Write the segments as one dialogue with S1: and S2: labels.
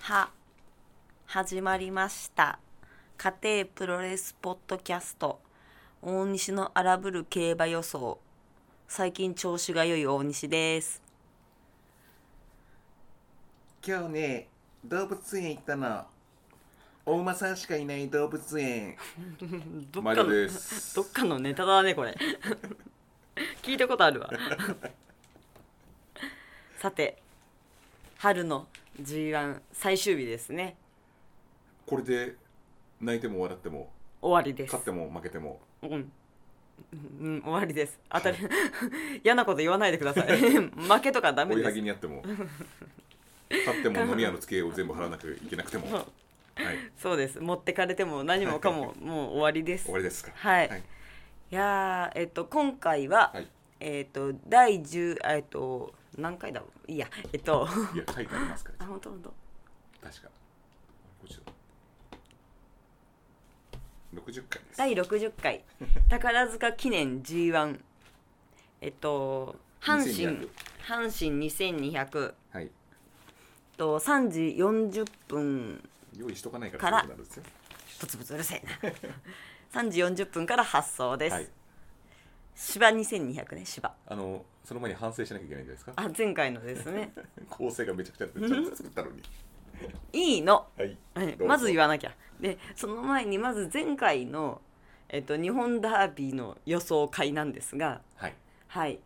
S1: は始まりました家庭プロレスポッドキャスト大西の荒ぶる競馬予想最近調子が良い大西です
S2: 今日ね動物園行ったのお馬さんしかいない動物園
S1: ど
S2: マリオです
S1: どっかのネタだねこ れ聞いたことあるわ さて春の G1 最終日ですね
S2: これで泣いても笑っても
S1: 終わりです
S2: 勝っても負けても
S1: うん、うん、終わりです当たり 嫌なこと言わないでくだ さい負けとかダメ
S2: 追い
S1: で
S2: は
S1: す
S2: ぎにあっても勝っても飲み屋の付けを全部払わなきゃいけなく ても、
S1: そ
S2: は
S1: う
S2: い、
S1: そうです持ってかれても何もかももう終わりです
S2: 終わりですか
S1: はい
S2: はい
S1: いやーえっと今回は、
S2: はい
S1: えっと第10えっと何回だろういいやえっ と
S2: いや書いてありますか
S1: あ
S2: ら
S1: 本当本当
S2: 確かこっちだ60回です
S1: 第60回 宝塚記念 G1 えっと阪神
S2: 2200
S1: 阪神2200
S2: はい
S1: と3時40分
S2: 用意しとかないか
S1: か
S2: ら
S1: ら
S2: そうなるんですよ
S1: ブツブツうるせ えな3時40分から発送です、
S2: はい
S1: 芝2200ね芝
S2: あのその前に反省しなきゃいけないんじゃないですか
S1: あ前回のですね
S2: 構成がめちゃくちゃめちゃくちゃ作ったのに
S1: いいの
S2: はい
S1: はい
S2: どうぞ
S1: まず言わなきゃでその前にまず前回の、えっと、日本ダービーの予想会なんですが
S2: はい
S1: はい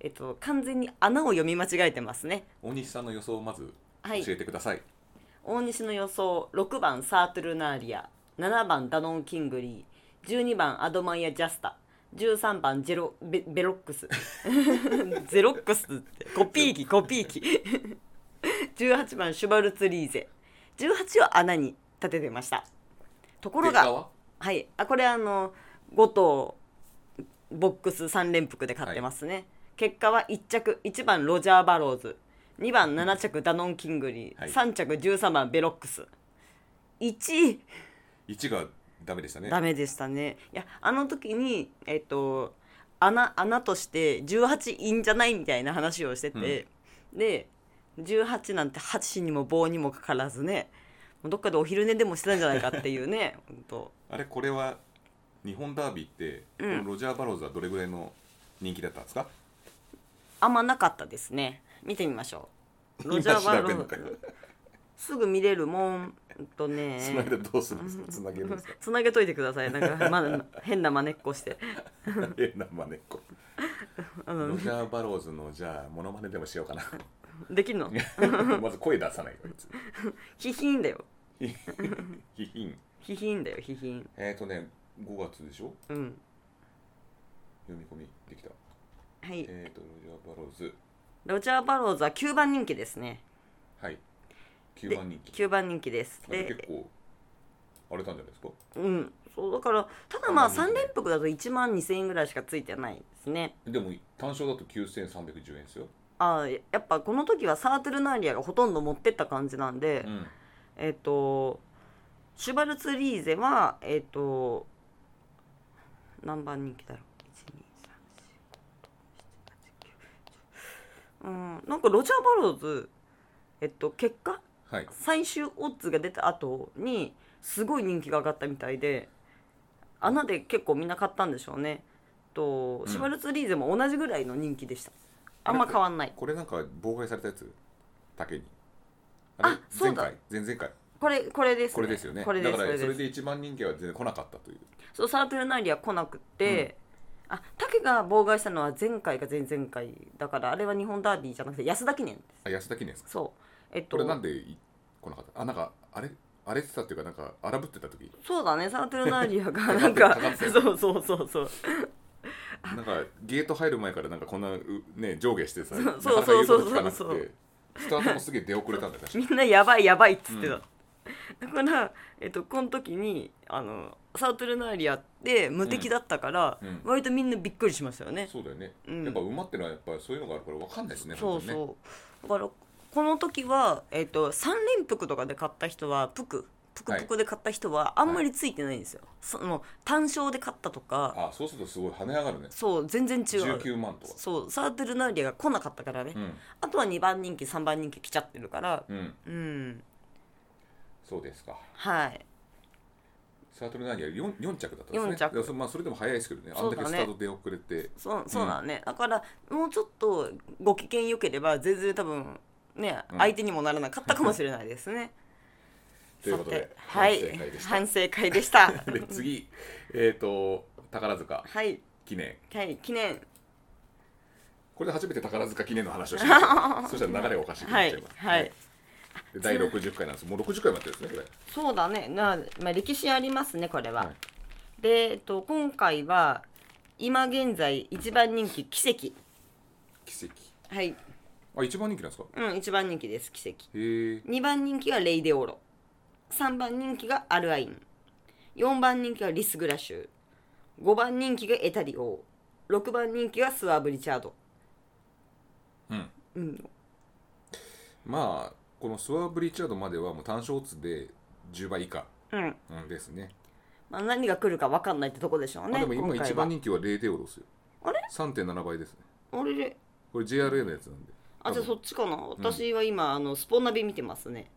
S1: えっと完全に穴を読み間違えてますね
S2: 大西さんの予想をまず
S1: はい
S2: 教えてください。
S1: 大西の予想6番サートゥルナーリア7番ダノン・キングリー12番アドマイア・ジャスタ13番ジェロベベロックス ゼロックスってコピー機コピー機18番シュバルツ・リーゼ18を穴に立ててましたところ
S2: 結果
S1: が
S2: は
S1: はいあこれあの5頭ボックス3連複で買ってますね、結果は1着1番ロジャー・バローズ2番7着ダノン・キングリー、
S2: はい
S1: 3着13番ベロックス1位
S2: 1がダメでしたね。
S1: ダメでしたねいやあの時にえっと穴穴として18いいんじゃないみたいな話をしてて、で18なんて箸にも棒にもかからずねもうどっかでお昼寝でもしてたんじゃないかっていうね 本当
S2: あれこれは日本ダービーって、
S1: うん
S2: このロジャー・バローズはどれぐらいの人気だったんですか
S1: あんまなかったですね見てみましょうロジャーバロ
S2: 今調べる
S1: ー
S2: の
S1: ズ
S2: か
S1: すぐ見れるもんうんとね
S2: その間どうするんですかつなげるん ですか
S1: つなげといてくださいなんか、ま、変な真似っこして
S2: 変な真似っこ。ロジャー・バローズのじゃあモノマネでもしようかな。
S1: できんの
S2: まず声出さないこいつ。
S1: ヒヒンだよ
S2: ヒヒン。
S1: ヒヒンだよヒヒン
S2: えっ、ー、とね5月でしょ
S1: うん
S2: 読み込みできた。
S1: はい
S2: えっ、ー、とロジャー・バローズ
S1: ロジャー・バローズは9番人気ですね
S2: はい9
S1: で
S2: 番人気。
S1: 9番人気です
S2: あれ結
S1: で
S2: 構荒れたんじゃないですか
S1: うんそうだからただまあ
S2: あまあ
S1: 3連複だと1万2000円ぐらいしかついてないですね
S2: でも単勝だと9310円ですよ。
S1: ああややっぱこの時はサートゥルナーリアがほとんど持ってった感じなんで、
S2: うん
S1: えっ、とシュバルツ・リーゼはえっ、と何番人気だろう1 2 3 4 5 6 7 8 9 10うんなんかロジャー・バローズえっと結果
S2: はい。
S1: 最終オッズが出た後にすごい人気が上がったみたいで穴で結構みんな買ったんでしょうねと
S2: ん
S1: シュバルツ・リーゼも同じぐらいの人気でしたあんま変わんない
S2: これなんか妨害されたやつ竹に。
S1: あそうだ
S2: 前回、前々回、
S1: これこれです、ね、
S2: これですよね。
S1: これです
S2: だか
S1: こ
S2: ら
S1: れ
S2: そ
S1: で
S2: れ
S1: す
S2: で一番人気は全然来なかったという。
S1: そうサートルナイリは来なくて、あタケが妨害したのは前回か前々回だからあれは日本ダービーじゃなくて安田記念です
S2: あ、安田記念ですか。
S1: そうえっと
S2: これなんでい来なかったあ、なんか、あれ、荒れてたっていうか、なんか荒ぶってた時
S1: そうだねサートルナイリアが
S2: か
S1: なん か
S2: かかってる
S1: そうそうそうそう
S2: なんかゲート入る前からなんかこんな、うね、上下してさ、
S1: う
S2: なかなか
S1: そうそうそう
S2: 言うこと聞かなくて
S1: そう
S2: スタートもすげえ出遅れたんだよ、確か
S1: みんなやばいやばいっつってた、
S2: うん
S1: だから、えっと、この時にあのサートルナイリアって無敵だったから、
S2: うんうん
S1: 割とみんなびっくりしましたよね
S2: そうだよね、
S1: うん
S2: やっぱ馬ってのはやっぱそういうのがあるから分かんないですね、
S1: そう
S2: 本当にね。
S1: そうだからこの時は、えっと3連服とかで買った人はプクプクプクで買った人はあんまりついてないんですよ、その単勝で買ったとか
S2: あ、そうするとすごい跳ね上がるね。
S1: そう全然違う
S2: 19万とか。
S1: そうサートゥルナーリアが来なかったからね、
S2: うん。
S1: あとは2番人気3番人気来ちゃってるから
S2: うん。
S1: うん
S2: そうですか
S1: はい
S2: サートルナーニは 4, 四着だったんですね
S1: 四着
S2: だからまあ、それでも早いですけどねあ
S1: そ
S2: ん
S1: う
S2: だ
S1: だ
S2: け
S1: ね
S2: スタート出遅れて
S1: そうそうだね、だからもうちょっとご機嫌よければ全然多分ね、相手にもならなかったかもしれないですね
S2: ということ
S1: さ
S2: で
S1: てはい
S2: 反省会でした
S1: 反省会でした
S2: で次えっ、と宝塚
S1: はい
S2: 記念
S1: はい記念
S2: これで初めて宝塚記念の話をしま したそしたら流れがおかしく
S1: は
S2: なっちゃ
S1: い
S2: います、
S1: はい
S2: で第60回なんですもう60回もやってるんですねこれ
S1: そうだねな、まあ、歴史ありますねこれは、
S2: はい
S1: で、えっと、今回は今現在一番人気奇跡
S2: 奇跡
S1: はい
S2: あ一番人気なんですか
S1: うん一番人気です奇跡
S2: へえ
S1: 2番人気がレイデオロ3番人気がアルアイン4番人気がリスグラシュ5番人気がエタリオ6番人気がスワーブ・リチャード
S2: うん
S1: うん
S2: まあこのスワーブ・リチャードまではもう単勝odds で10倍以下、
S1: うん
S2: うん、ですね
S1: まあ、何が来るか分かんないってとこでしょう
S2: まあ
S1: ね
S2: でも今
S1: 回
S2: 一
S1: は
S2: 番人気はレイデオロスよ
S1: あれ
S2: 3.7倍ですね
S1: あれれ
S2: これ JRA のやつなんで
S1: あじゃあ
S2: 多分
S1: そっちかな私は今、あのスポナビ見てますね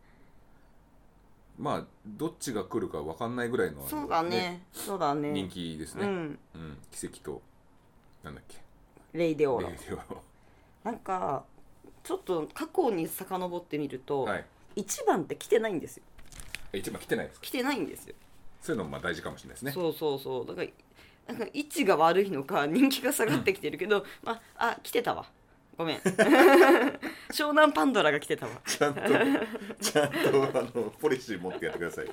S2: まあどっちが来るか分かんないぐらいのあの
S1: そうだねそうだね
S2: 人気ですね、
S1: う
S2: うん
S1: ん
S2: 奇跡となんだっけ
S1: レイデオロ
S2: レイデオ
S1: なんかちょっと過去に遡ってみると、
S2: ロはい
S1: 一1番って来てないんですよ
S2: え一番来てないですか
S1: 来てないんですよ
S2: そういうのもまあ大事かもしれないですね
S1: そうそうそうだからなんか位置が悪いのか人気が下がってきてるけど、まああ来てたわご めん湘南パンドラが来てたわ
S2: ちゃんとちゃんとあのポリシー持ってやってください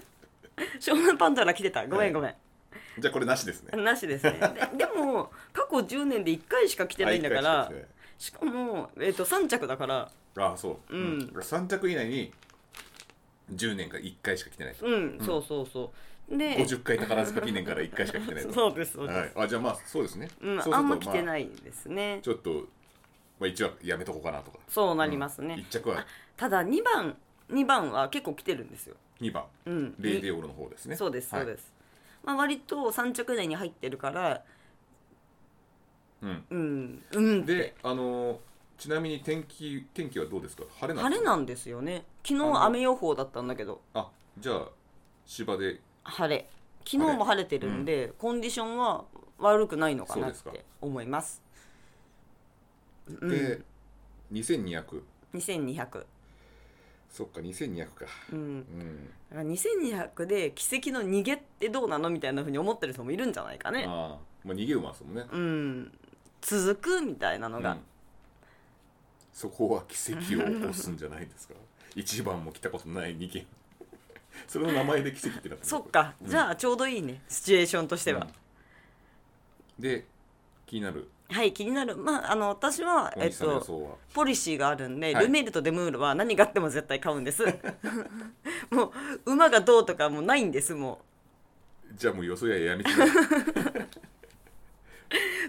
S1: 湘南パンドラ来てたごめんごめん、
S2: じゃあこれなしですね
S1: なしですねででも過去10年で1回しか来てないんだから、
S2: はい一回しかですね
S1: しかも、えー、と3着だから
S2: ああそう、
S1: うん
S2: 3着以内に10年から1回しか来てない
S1: うん、そうそうそうで
S2: 50回宝塚記念から1回しか来てな い
S1: そうですそうです、
S2: はい、あじゃあまあそうですね、
S1: うん、
S2: そうすると
S1: あんま来て
S2: ま
S1: ないですね
S2: あ、ちょっと、まあ、一応やめとこうかなとか
S1: そうなりますね、
S2: 1着は
S1: ただ2番2番は結構来てるんですよ、
S2: 2番、
S1: うん、
S2: レイデオロの方ですね、
S1: そうですそうですす、まあ、割と3着以内に入ってるから
S2: はい
S1: うんうん
S2: うん、であのーちなみに天気天気はどうですか晴れな
S1: 晴
S2: んです
S1: れ
S2: か
S1: なんですよね昨
S2: あ
S1: 日
S2: の
S1: 雨予報だったんだけど
S2: あじゃあ芝で
S1: 晴れ昨日も晴れてるんで、コンディションは悪くないのかなっ
S2: そうです
S1: て思います
S2: で、2200
S1: 2200
S2: そっか2200か
S1: うん
S2: うん
S1: だから2200で奇跡の逃げってどうなのみたいなふうに思ってる人もいるんじゃないかね
S2: ああ、まあ、逃げ馬ですもんね、
S1: うん続くみたいなのが、
S2: うんそこは奇跡を起こすんじゃな いですか一番も来たことない2件 それの名前で奇跡ってなってる
S1: そっか、
S2: うん
S1: じゃあちょうどいいねシチュエーションとしては、
S2: うんで気になる
S1: はい気になるまああの私は
S2: お
S1: え
S2: 兄
S1: っ
S2: さんの予
S1: と
S2: 想は、
S1: ポリシーがあるんで、
S2: はい
S1: ルメールとデムールは何があっても絶対買うんです もう馬がどうとかもうないんですも
S2: じゃあもう予想ややめち まう
S1: う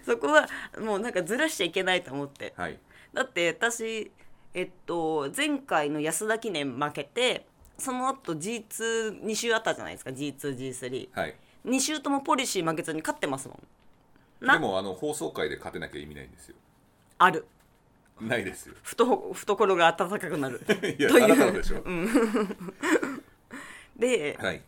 S1: そこはもうなんかずらしちゃいけないと思って
S2: はい
S1: だって私えっと前回の安田記念負けてその後 G22 週あったじゃないですか G2G32
S2: はい
S1: 週ともポリシー負けずに勝ってますもん
S2: で
S1: な
S2: もあの放送回で勝てなきゃ意味ないんですよ
S1: ある
S2: ないですよ
S1: ふと懐が温かく なる
S2: い や
S1: という
S2: あなたのでしょ、
S1: で
S2: はい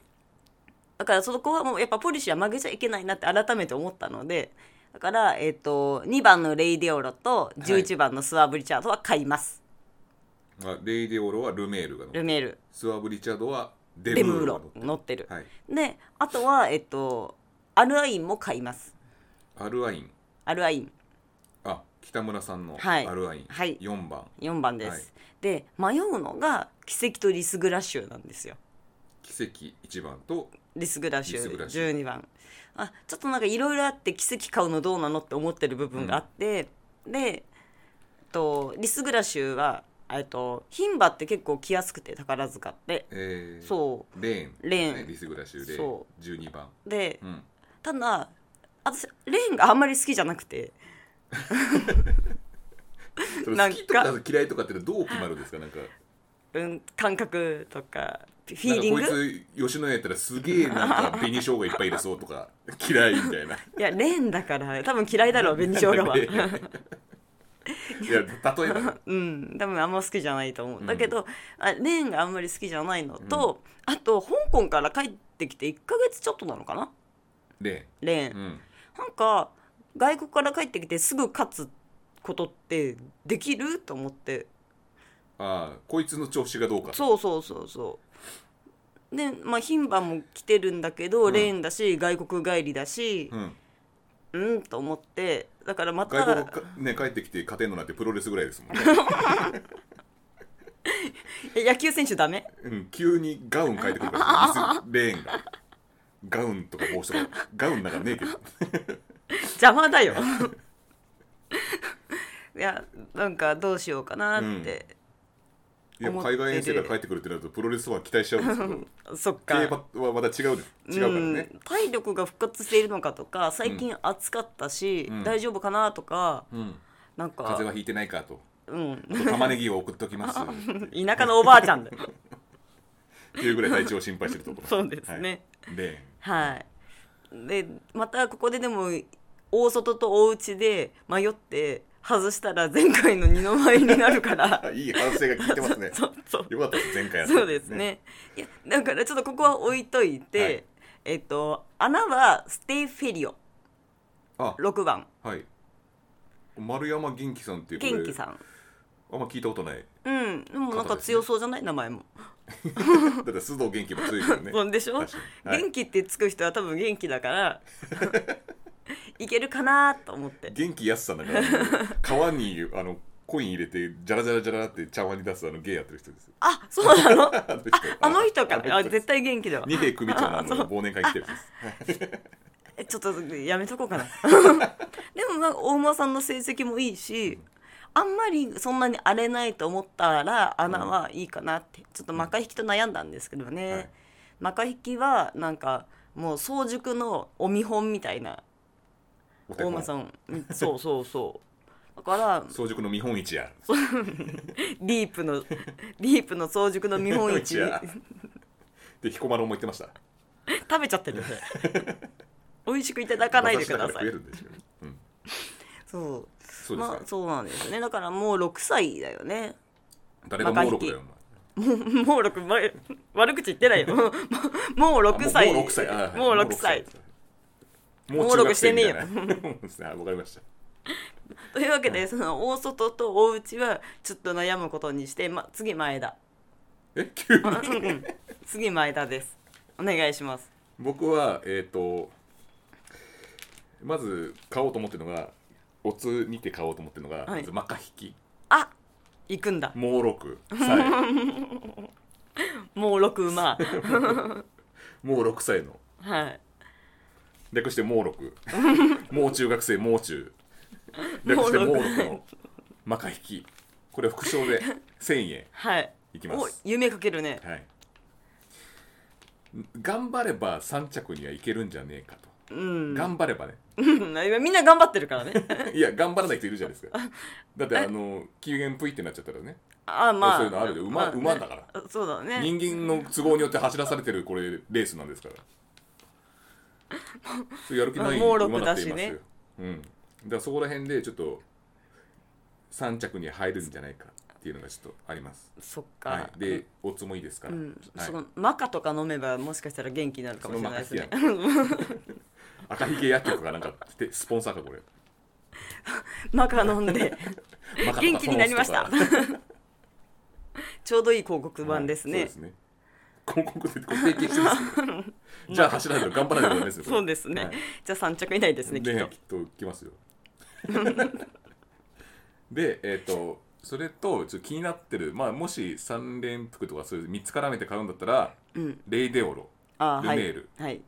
S1: だからそこはもうやっぱポリシーは負けちゃいけないなって改めて思ったのでだから、えっと2番のレイデオロと11番のスワブ・リチャードは買います、
S2: まあレイデオロはルメールが乗って
S1: ルメール
S2: スワブ・リチャードはデ
S1: デ
S2: ム
S1: ム
S2: ー
S1: ー
S2: ロが
S1: ロ
S2: 乗って
S1: 乗ってる、
S2: るはい
S1: であとは、えっとアルアインも買います
S2: アルアイン
S1: アルアイン
S2: あ北村さんのア
S1: はい
S2: ルアイン、
S1: はい
S2: 4番
S1: 4番です、
S2: はい
S1: で迷うのが奇跡とリスグラッシュなんですよ
S2: 奇跡1番と
S1: リスグラッシ
S2: リス
S1: ュ
S2: グラッシュ
S1: 12番あちょっとなんかいろいろあって奇跡買うのどうなのって思ってる部分があって、でえっとリスグラッシュはえっと牝馬って結構来やすくて宝塚って
S2: えー
S1: そ
S2: レーン
S1: レーン
S2: ですねリスグラシュレーン
S1: そ
S2: 12番
S1: うで
S2: うん
S1: ただ私レーンがあんまり好きじゃなくて
S2: それ
S1: なん
S2: 好
S1: か
S2: きとか嫌いとかってどう決まるんですか なんか
S1: うん感覚とかフィ
S2: な
S1: ー
S2: んか
S1: リン
S2: こい
S1: グ
S2: つ吉野家やったらすげえなんか紅生姜いっぱい入れそう とか嫌いみたいない。
S1: やレーンだから多分嫌いだろう紅生姜は
S2: いや例えばね
S1: うん多分あんま好きじゃないと思う、だけどあレンがあんまり好きじゃないのと、あと香港から帰ってきて1ヶ月ちょっとなのかな
S2: で、
S1: レン、
S2: うん、
S1: なんか外国から帰ってきてすぐ勝つことってできると思って
S2: ああこいつの調子がどうか
S1: そうそうそうそうでまあ牝馬も来てるんだけど、
S2: ん
S1: レーンだし外国帰りだし
S2: う、ん、
S1: うん、と思ってだからまた
S2: 外国か、ね、帰ってきて勝てんのなんてプロレスぐらいです もんね、
S1: え 野球選手ダメ
S2: うん、急にガウン変えてくるから水レーンがガウンとか帽子とかガウンなんかねえけど
S1: 邪魔 だよいやなんかどうしようかなって、
S2: いや
S1: 思ってる
S2: 海外遠征から帰ってくるってなるとプロレスは期待しちゃ うんですけど
S1: そっか
S2: 競馬はまた違うです違うからね
S1: うん、体力が復活しているのかとか最近暑かったし、
S2: うん
S1: 大丈夫かなとか
S2: うん、
S1: なんか
S2: 風邪はひいてないかと
S1: うん、
S2: あと玉ねぎを送っときますっ
S1: 田舎のおばあちゃん だよ
S2: ていうぐらい体調を心配してるところ
S1: そうですね
S2: はいレ
S1: はいでまたここででも大外と大内で迷って外したら前回の二の舞になるから
S2: ーンいい反省が効いて ますね
S1: そうそう
S2: よかったです前回やった
S1: そうですねいやだからちょっとここは置いといて、
S2: はい
S1: えっと穴はステイフェリオ
S2: あ
S1: 6番
S2: はい丸山元気さんっていうこれ
S1: 元気さん
S2: あんま聞いたことない
S1: うんでもなんか強そうじゃない名前も
S2: だって須藤元気も強いから ね
S1: そうでしょ、
S2: 確かにはい
S1: 元気ってつく人は多分元気だから いけるかなと思って
S2: 元気やすさんだからあの皮にあのコイン入れてジャラジャラジャラって茶碗に出すあの芸やってる人です
S1: あそうな の
S2: あの人
S1: あの人か
S2: あの
S1: あ絶対元気だわ
S2: 二瓶組長のあ
S1: あそ
S2: の
S1: う
S2: 忘年会来てる人です
S1: えちょっとやめとこうかな でもなんか大間さんの成績もいいしあんまりそんなに荒れないと思ったら穴はいいかなってちょっとマカ引きと悩んだんですけどね、
S2: はい
S1: マカ引きはなんかもう早熟のお見本みたいな
S2: お手
S1: 大
S2: 本
S1: 間さんうんそうそう そうだから
S2: 早熟の見本市や
S1: ディープ のディープの早熟の見本市
S2: 見本や で彦摩呂も言ってました
S1: 食べちゃ ってるそれ美味しくいただかないでくだ
S2: 私
S1: さ
S2: から
S1: い
S2: 食えるんですよねうん
S1: そう
S2: そうです
S1: ま
S2: ね
S1: あそうなんですよねだからもう6歳だよね
S2: 誰が猛録だよ
S1: もう6前悪口言ってないよ もうもう
S2: お前
S1: 6歳
S2: あもう6歳あ
S1: もう6歳
S2: もう
S1: もう
S2: 中
S1: 六
S2: 学
S1: して
S2: 生
S1: ね
S2: み
S1: え
S2: たい
S1: よ
S2: な そうですねあわかりました
S1: というわけでその大外と大内はちょっと悩むことにして、ま、次前田
S2: え急に
S1: うんうん次前田ですお願いします
S2: 僕はえっ、とまず買おうと思ってるのがおつにて買おうと思ってるの
S1: は
S2: が、
S1: い
S2: まずマカ引き
S1: あ行くんだ
S2: 猛録 歳
S1: もう6馬
S2: もう6歳の
S1: はい
S2: 略して 猛録もう中学生もう中略して
S1: 猛
S2: 猛
S1: 録
S2: 録のマカ引きこれ副 賞で1000円
S1: はい
S2: いきます
S1: お夢かけるね
S2: はい頑張れば3着にはいけるんじゃねえかと、
S1: うん
S2: 頑張ればね
S1: うん今みんな頑張ってるから ね
S2: いや頑張らない人いるじゃない ですかだってあの機嫌プイってなっちゃったらね
S1: あまあ
S2: そういうのあるで馬
S1: まね
S2: 馬だから
S1: あそうだね
S2: 人間の都合によって走らされてるこれレースなんですからそうやる気ない
S1: まあ
S2: 馬
S1: 猛録
S2: だ
S1: だ
S2: って
S1: し
S2: いますよ、
S1: ね
S2: うん、だからそこら辺でちょっと3着に入るんじゃないかっていうのがちょっとあります、
S1: そっか、
S2: はい、でオッズもいいですから、
S1: うん、
S2: はい
S1: そのマカとか飲めばもしかしたら元気になるかもしれないですね
S2: 赤ひげ薬局がなんかでスポンサーかこれ
S1: マカ飲んで
S2: マカとか
S1: 元気になりました
S2: ソノスとか
S1: ちょうどいい広告版です
S2: はい
S1: ね
S2: そうですね広告でこれ提携してます けどじゃあ走らないと頑張らないとダメですよこれ
S1: そうですね、
S2: はい
S1: じゃあ3着以内ですねきっ
S2: ね
S1: と
S2: きっと来ますよ でえっ、とそれとちょっと気になってるまあもし3連服とかそういう3つ絡めて買うんだったら、
S1: うん
S2: レイデオロ
S1: あーは
S2: ルメー
S1: い
S2: ル、
S1: はい、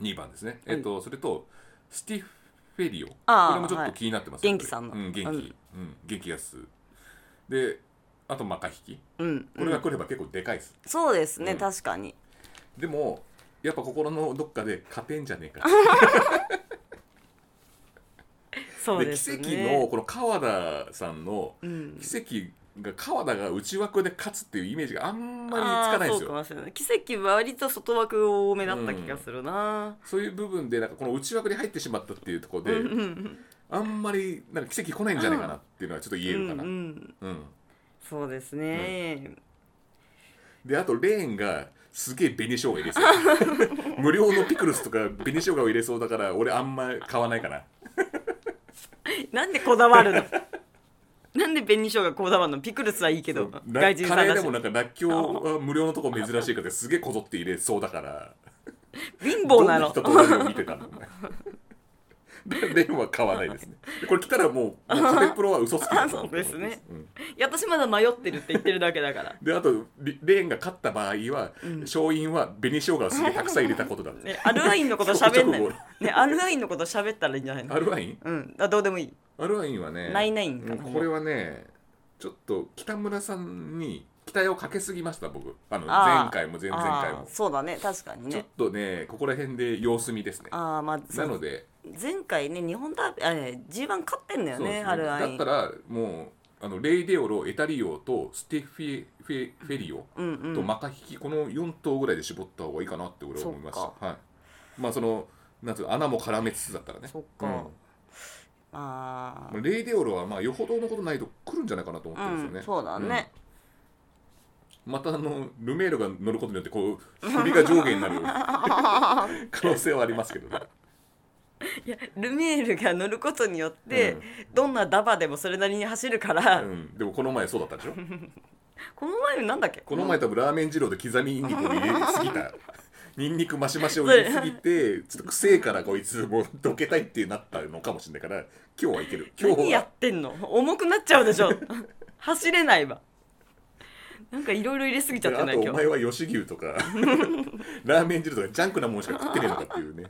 S2: 2番ですね、
S1: はい
S2: えっ、とそれとスティフェリオこ
S1: あー
S2: れもちょっと気になってます、
S1: はい元気さんの
S2: うん、元気、
S1: う
S2: うんん元気やすであとマカヒキ
S1: うん
S2: これが来れば結構でかいです、
S1: そうですね、
S2: うん
S1: 確かに
S2: でもやっぱ心のどっかで勝てんじゃねえか
S1: そう
S2: で
S1: ですね
S2: 奇跡のこの川田さんの
S1: うん
S2: 奇跡が川田が内枠で勝つっていうイメージがあんまりつか
S1: あ
S2: ない
S1: ーそ
S2: んです
S1: うか
S2: よ
S1: もしれない奇跡は割と外枠多めだった気がするな、
S2: そういう部分でなんかこの内枠に入ってしまったっていうところで
S1: うんうん
S2: あんまりなんか奇跡来ないんじゃないかなっていうのはちょっと言えるかな、
S1: う
S2: うんん
S1: うん、そうですね、
S2: であとレーンがすげえ紅生姜入れそう 無料のピクルスとか紅生姜を入れそうだから俺あんま買わないかな
S1: なんでこだわるの なんで紅生姜こだわるのピクルスはいいけど
S2: そうな
S1: 外人
S2: カ
S1: さん
S2: レ
S1: だ
S2: ーで
S1: し
S2: もなんかラッキョウは無料のとこ珍しいからすげえこぞって入れそうだから
S1: 貧乏なの
S2: どんな人と俺を見てたの お前でレーンは買わないですねこれ来 たらもうもうカレープロは嘘つきだと思って
S1: あそうですね
S2: うん
S1: いや私まだ迷ってるって言ってるだけだから
S2: であとリレーンが勝った場合は、勝因は紅生姜をすげえたくさん入れたことだって
S1: ねアルワインのこと喋んない
S2: 直後
S1: ねアルワインのこと喋ったらいいんじゃ ないの
S2: アルワイン
S1: うんあどうでもいい
S2: アルワインはね
S1: ナイナインかな
S2: うんこれはねちょっと北村さんに期待をかけすぎました僕あの
S1: あー
S2: 前回も前々回
S1: あ
S2: も
S1: ーそうだね確かに
S2: ちょっ
S1: ね
S2: とねここら辺で様子見ですね
S1: ああまあそ
S2: な
S1: う
S2: ので
S1: 前回ね日本ダービーあれ G1 勝ってんだよ
S2: そうです
S1: ね
S2: ね
S1: アルワ
S2: だ
S1: イ
S2: っ
S1: ン
S2: たらもうあのレイデオロエタリオとステフィフェフェリオ
S1: うんうん
S2: とマカヒキこの4頭ぐらいで絞った方がいいかなって俺は思いました
S1: そっ
S2: はいまあそのなんつうの穴も絡めつつだったらね
S1: そっか
S2: うん
S1: あ
S2: まあレイデオロはまあよほどのことないと来るんじゃないかなと思っ
S1: あ
S2: てるんですよ
S1: う
S2: ね、
S1: んそうだね、
S2: うんまたあのルメールが乗ることによってこう首が上下になる 可能性はありますけどね
S1: いやルメールが乗ることによって、
S2: うん
S1: どんなダバでもそれなりに走るから、
S2: うん、でもこの前そうだったでしょ
S1: この前なんだっけ
S2: この前多分ラーメン二郎で刻みニンニクを入れす ぎたニンニクマシマシを入れすぎてちょっとくせえからこいつもうどけたいってなったのかもしれないから今日はいける今
S1: 何
S2: 日
S1: やっ
S2: は
S1: てんの重くなっちゃうでし ょ走れないわなんかいろいろ入れすぎちゃって
S2: あ
S1: ない
S2: とお
S1: 今日
S2: 前は吉牛とか ラーメン二郎とかジャンクなもんしか食ってねえのかっていうね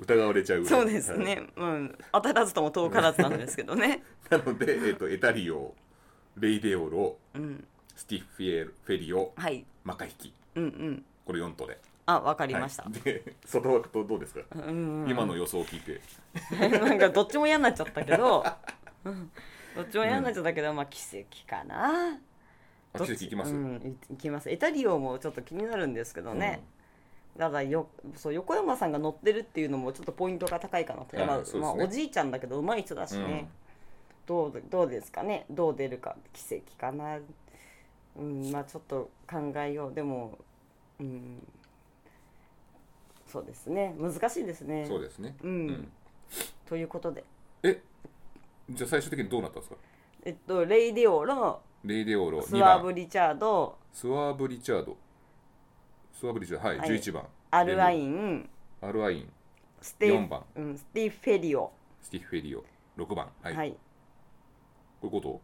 S2: 疑われちゃうぐら
S1: そ
S2: いう
S1: です
S2: はい
S1: ね、うん当たらずとも遠からずなんですけどね
S2: なので、えっとエタリオレイデオロ、スティッフィエルフェリオ
S1: はい
S2: マカヒキ
S1: うんうん
S2: これ4頭で
S1: あわかり
S2: はい
S1: ました、
S2: で外枠とどうですか、
S1: うん
S2: 今の予想を聞いて
S1: なんかどっちも嫌になっちゃったけどうんどっちも嫌になっちゃったけど、まあ奇跡かな
S2: あ
S1: どっち
S2: 奇跡いきます、
S1: うん、いいきますエタリオもちょっと気になるんですけどね、ただよそう横山さんが乗ってるっていうのもちょっとポイントが高いかなと、
S2: うん
S1: まあ
S2: そうですね
S1: まあ、おじいちゃんだけど上手い人だし
S2: うん、
S1: ね、どうどうですかねどう出るか奇跡かなうんまあちょっと考えようでもうんそうですね難しいです
S2: う
S1: ね
S2: んそうですね、
S1: うんということで
S2: えじゃあ最終的にどうなったんですか
S1: えっとレイディオロ
S2: レイデオロ
S1: ス
S2: 2
S1: ワー
S2: 番
S1: ブ・リチャード
S2: スワーブ・リチャードスワーブ・リチャードはい、
S1: はい
S2: 11番
S1: アルワイ
S2: ン
S1: ン
S2: アルワイン
S1: スティ
S2: 四番
S1: うん、スティフェリオ
S2: スティッフェリオ6番は
S1: はい、
S2: い、こ れこと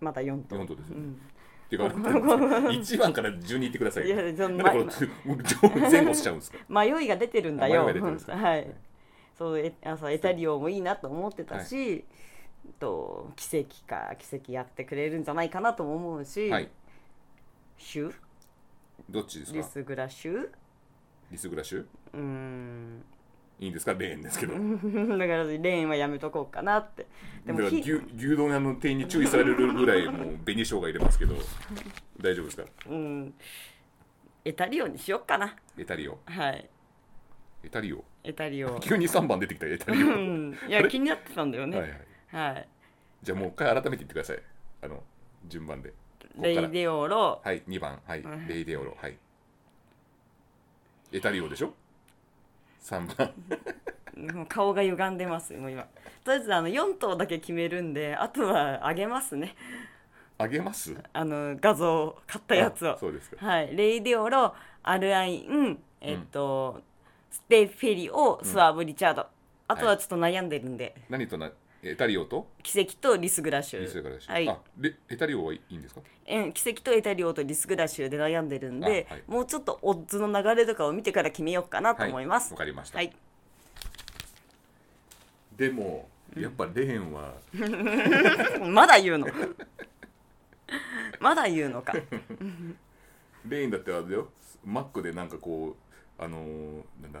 S1: また4と
S2: 4頭ですよね、
S1: うん
S2: ってか、1番から順に言ってくださいよ。
S1: いやそんな
S2: なんでこれ 前後しちゃうんですか。
S1: 迷いが出てるんだよ。
S2: 迷いが出てるんですね
S1: はい。そうえあそうエタリオもいいなと思ってたし、と奇跡か奇跡やってくれるんじゃないかなとも思うし、
S2: はい。
S1: シュ
S2: どっちですか
S1: リ。スグラシュ
S2: リスグラッシュ。
S1: うーん
S2: いいんですか、レーンですけど。だ
S1: だからレーンはやめとこうかなってで
S2: から
S1: も
S2: 牛
S1: ひ
S2: 牛丼屋の店員に注意されるぐらいもう紅生姜入れます けど、大丈夫ですか。
S1: うんエタリオにしよっかな
S2: エタリオ。
S1: はい
S2: エタリオ。
S1: エタリオ
S2: 急に3番出てきたエタリオ。
S1: う
S2: は
S1: んいや気になってたんだよ
S2: い
S1: ね
S2: は
S1: はい、
S2: い。じゃあもう一回改めて言ってください。あの順番で。ここ
S1: レ
S2: から
S1: イデオロ
S2: はい、2番、はい、レイデオロ、はい。エタリオでしょ ?3 番。
S1: もう顔が歪んでますもう今とりあえずあの4頭だけ決めるんであとはあげますね
S2: あげます
S1: あの画像を買ったやつを
S2: あそうですか。
S1: はいレイディオロアルアインえっと、ステフェリオスワーブ・リチャード、あとはちょっと悩んでるんで、
S2: 何となエタリオと
S1: 奇跡とリスグラシ
S2: リス
S1: ュ
S2: グラシュ、
S1: はい
S2: あレエタリオはいいんですか
S1: え奇跡とエタリオとリスグラシュで悩んでるんで、
S2: あはい
S1: もうちょっとオッズの流れとかを見てから決めようかなと思います
S2: わ、かりました、
S1: はい、
S2: でもやっぱレーンは、
S1: まだ言うの まだ言うのか
S2: レーンだってあれだよマックでなんかこうあのーなんだ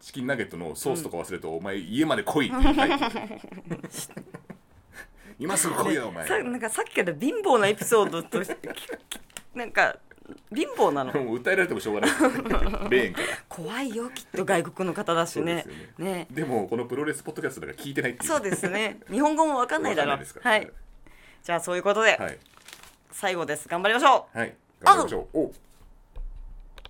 S2: チキンナゲットのソースとか忘れると、お前家まで来いって言うタイプ 今すぐ来いよお 前
S1: さなんかさっきから貧乏なエピソードとしてなんか貧乏なの
S2: もう訴えられてもしょうがないですねレーンから
S1: 怖いよきっと外国の方だしね
S2: そうですよ
S1: ね
S2: でもこのプロレスポッドキャストなんか聞いてないっていう
S1: そうですね日本語もわかんないだろう
S2: わかんないですから
S1: はいじゃあそういうことで
S2: はい
S1: 最後です頑張りましょう
S2: はい頑張りましょうお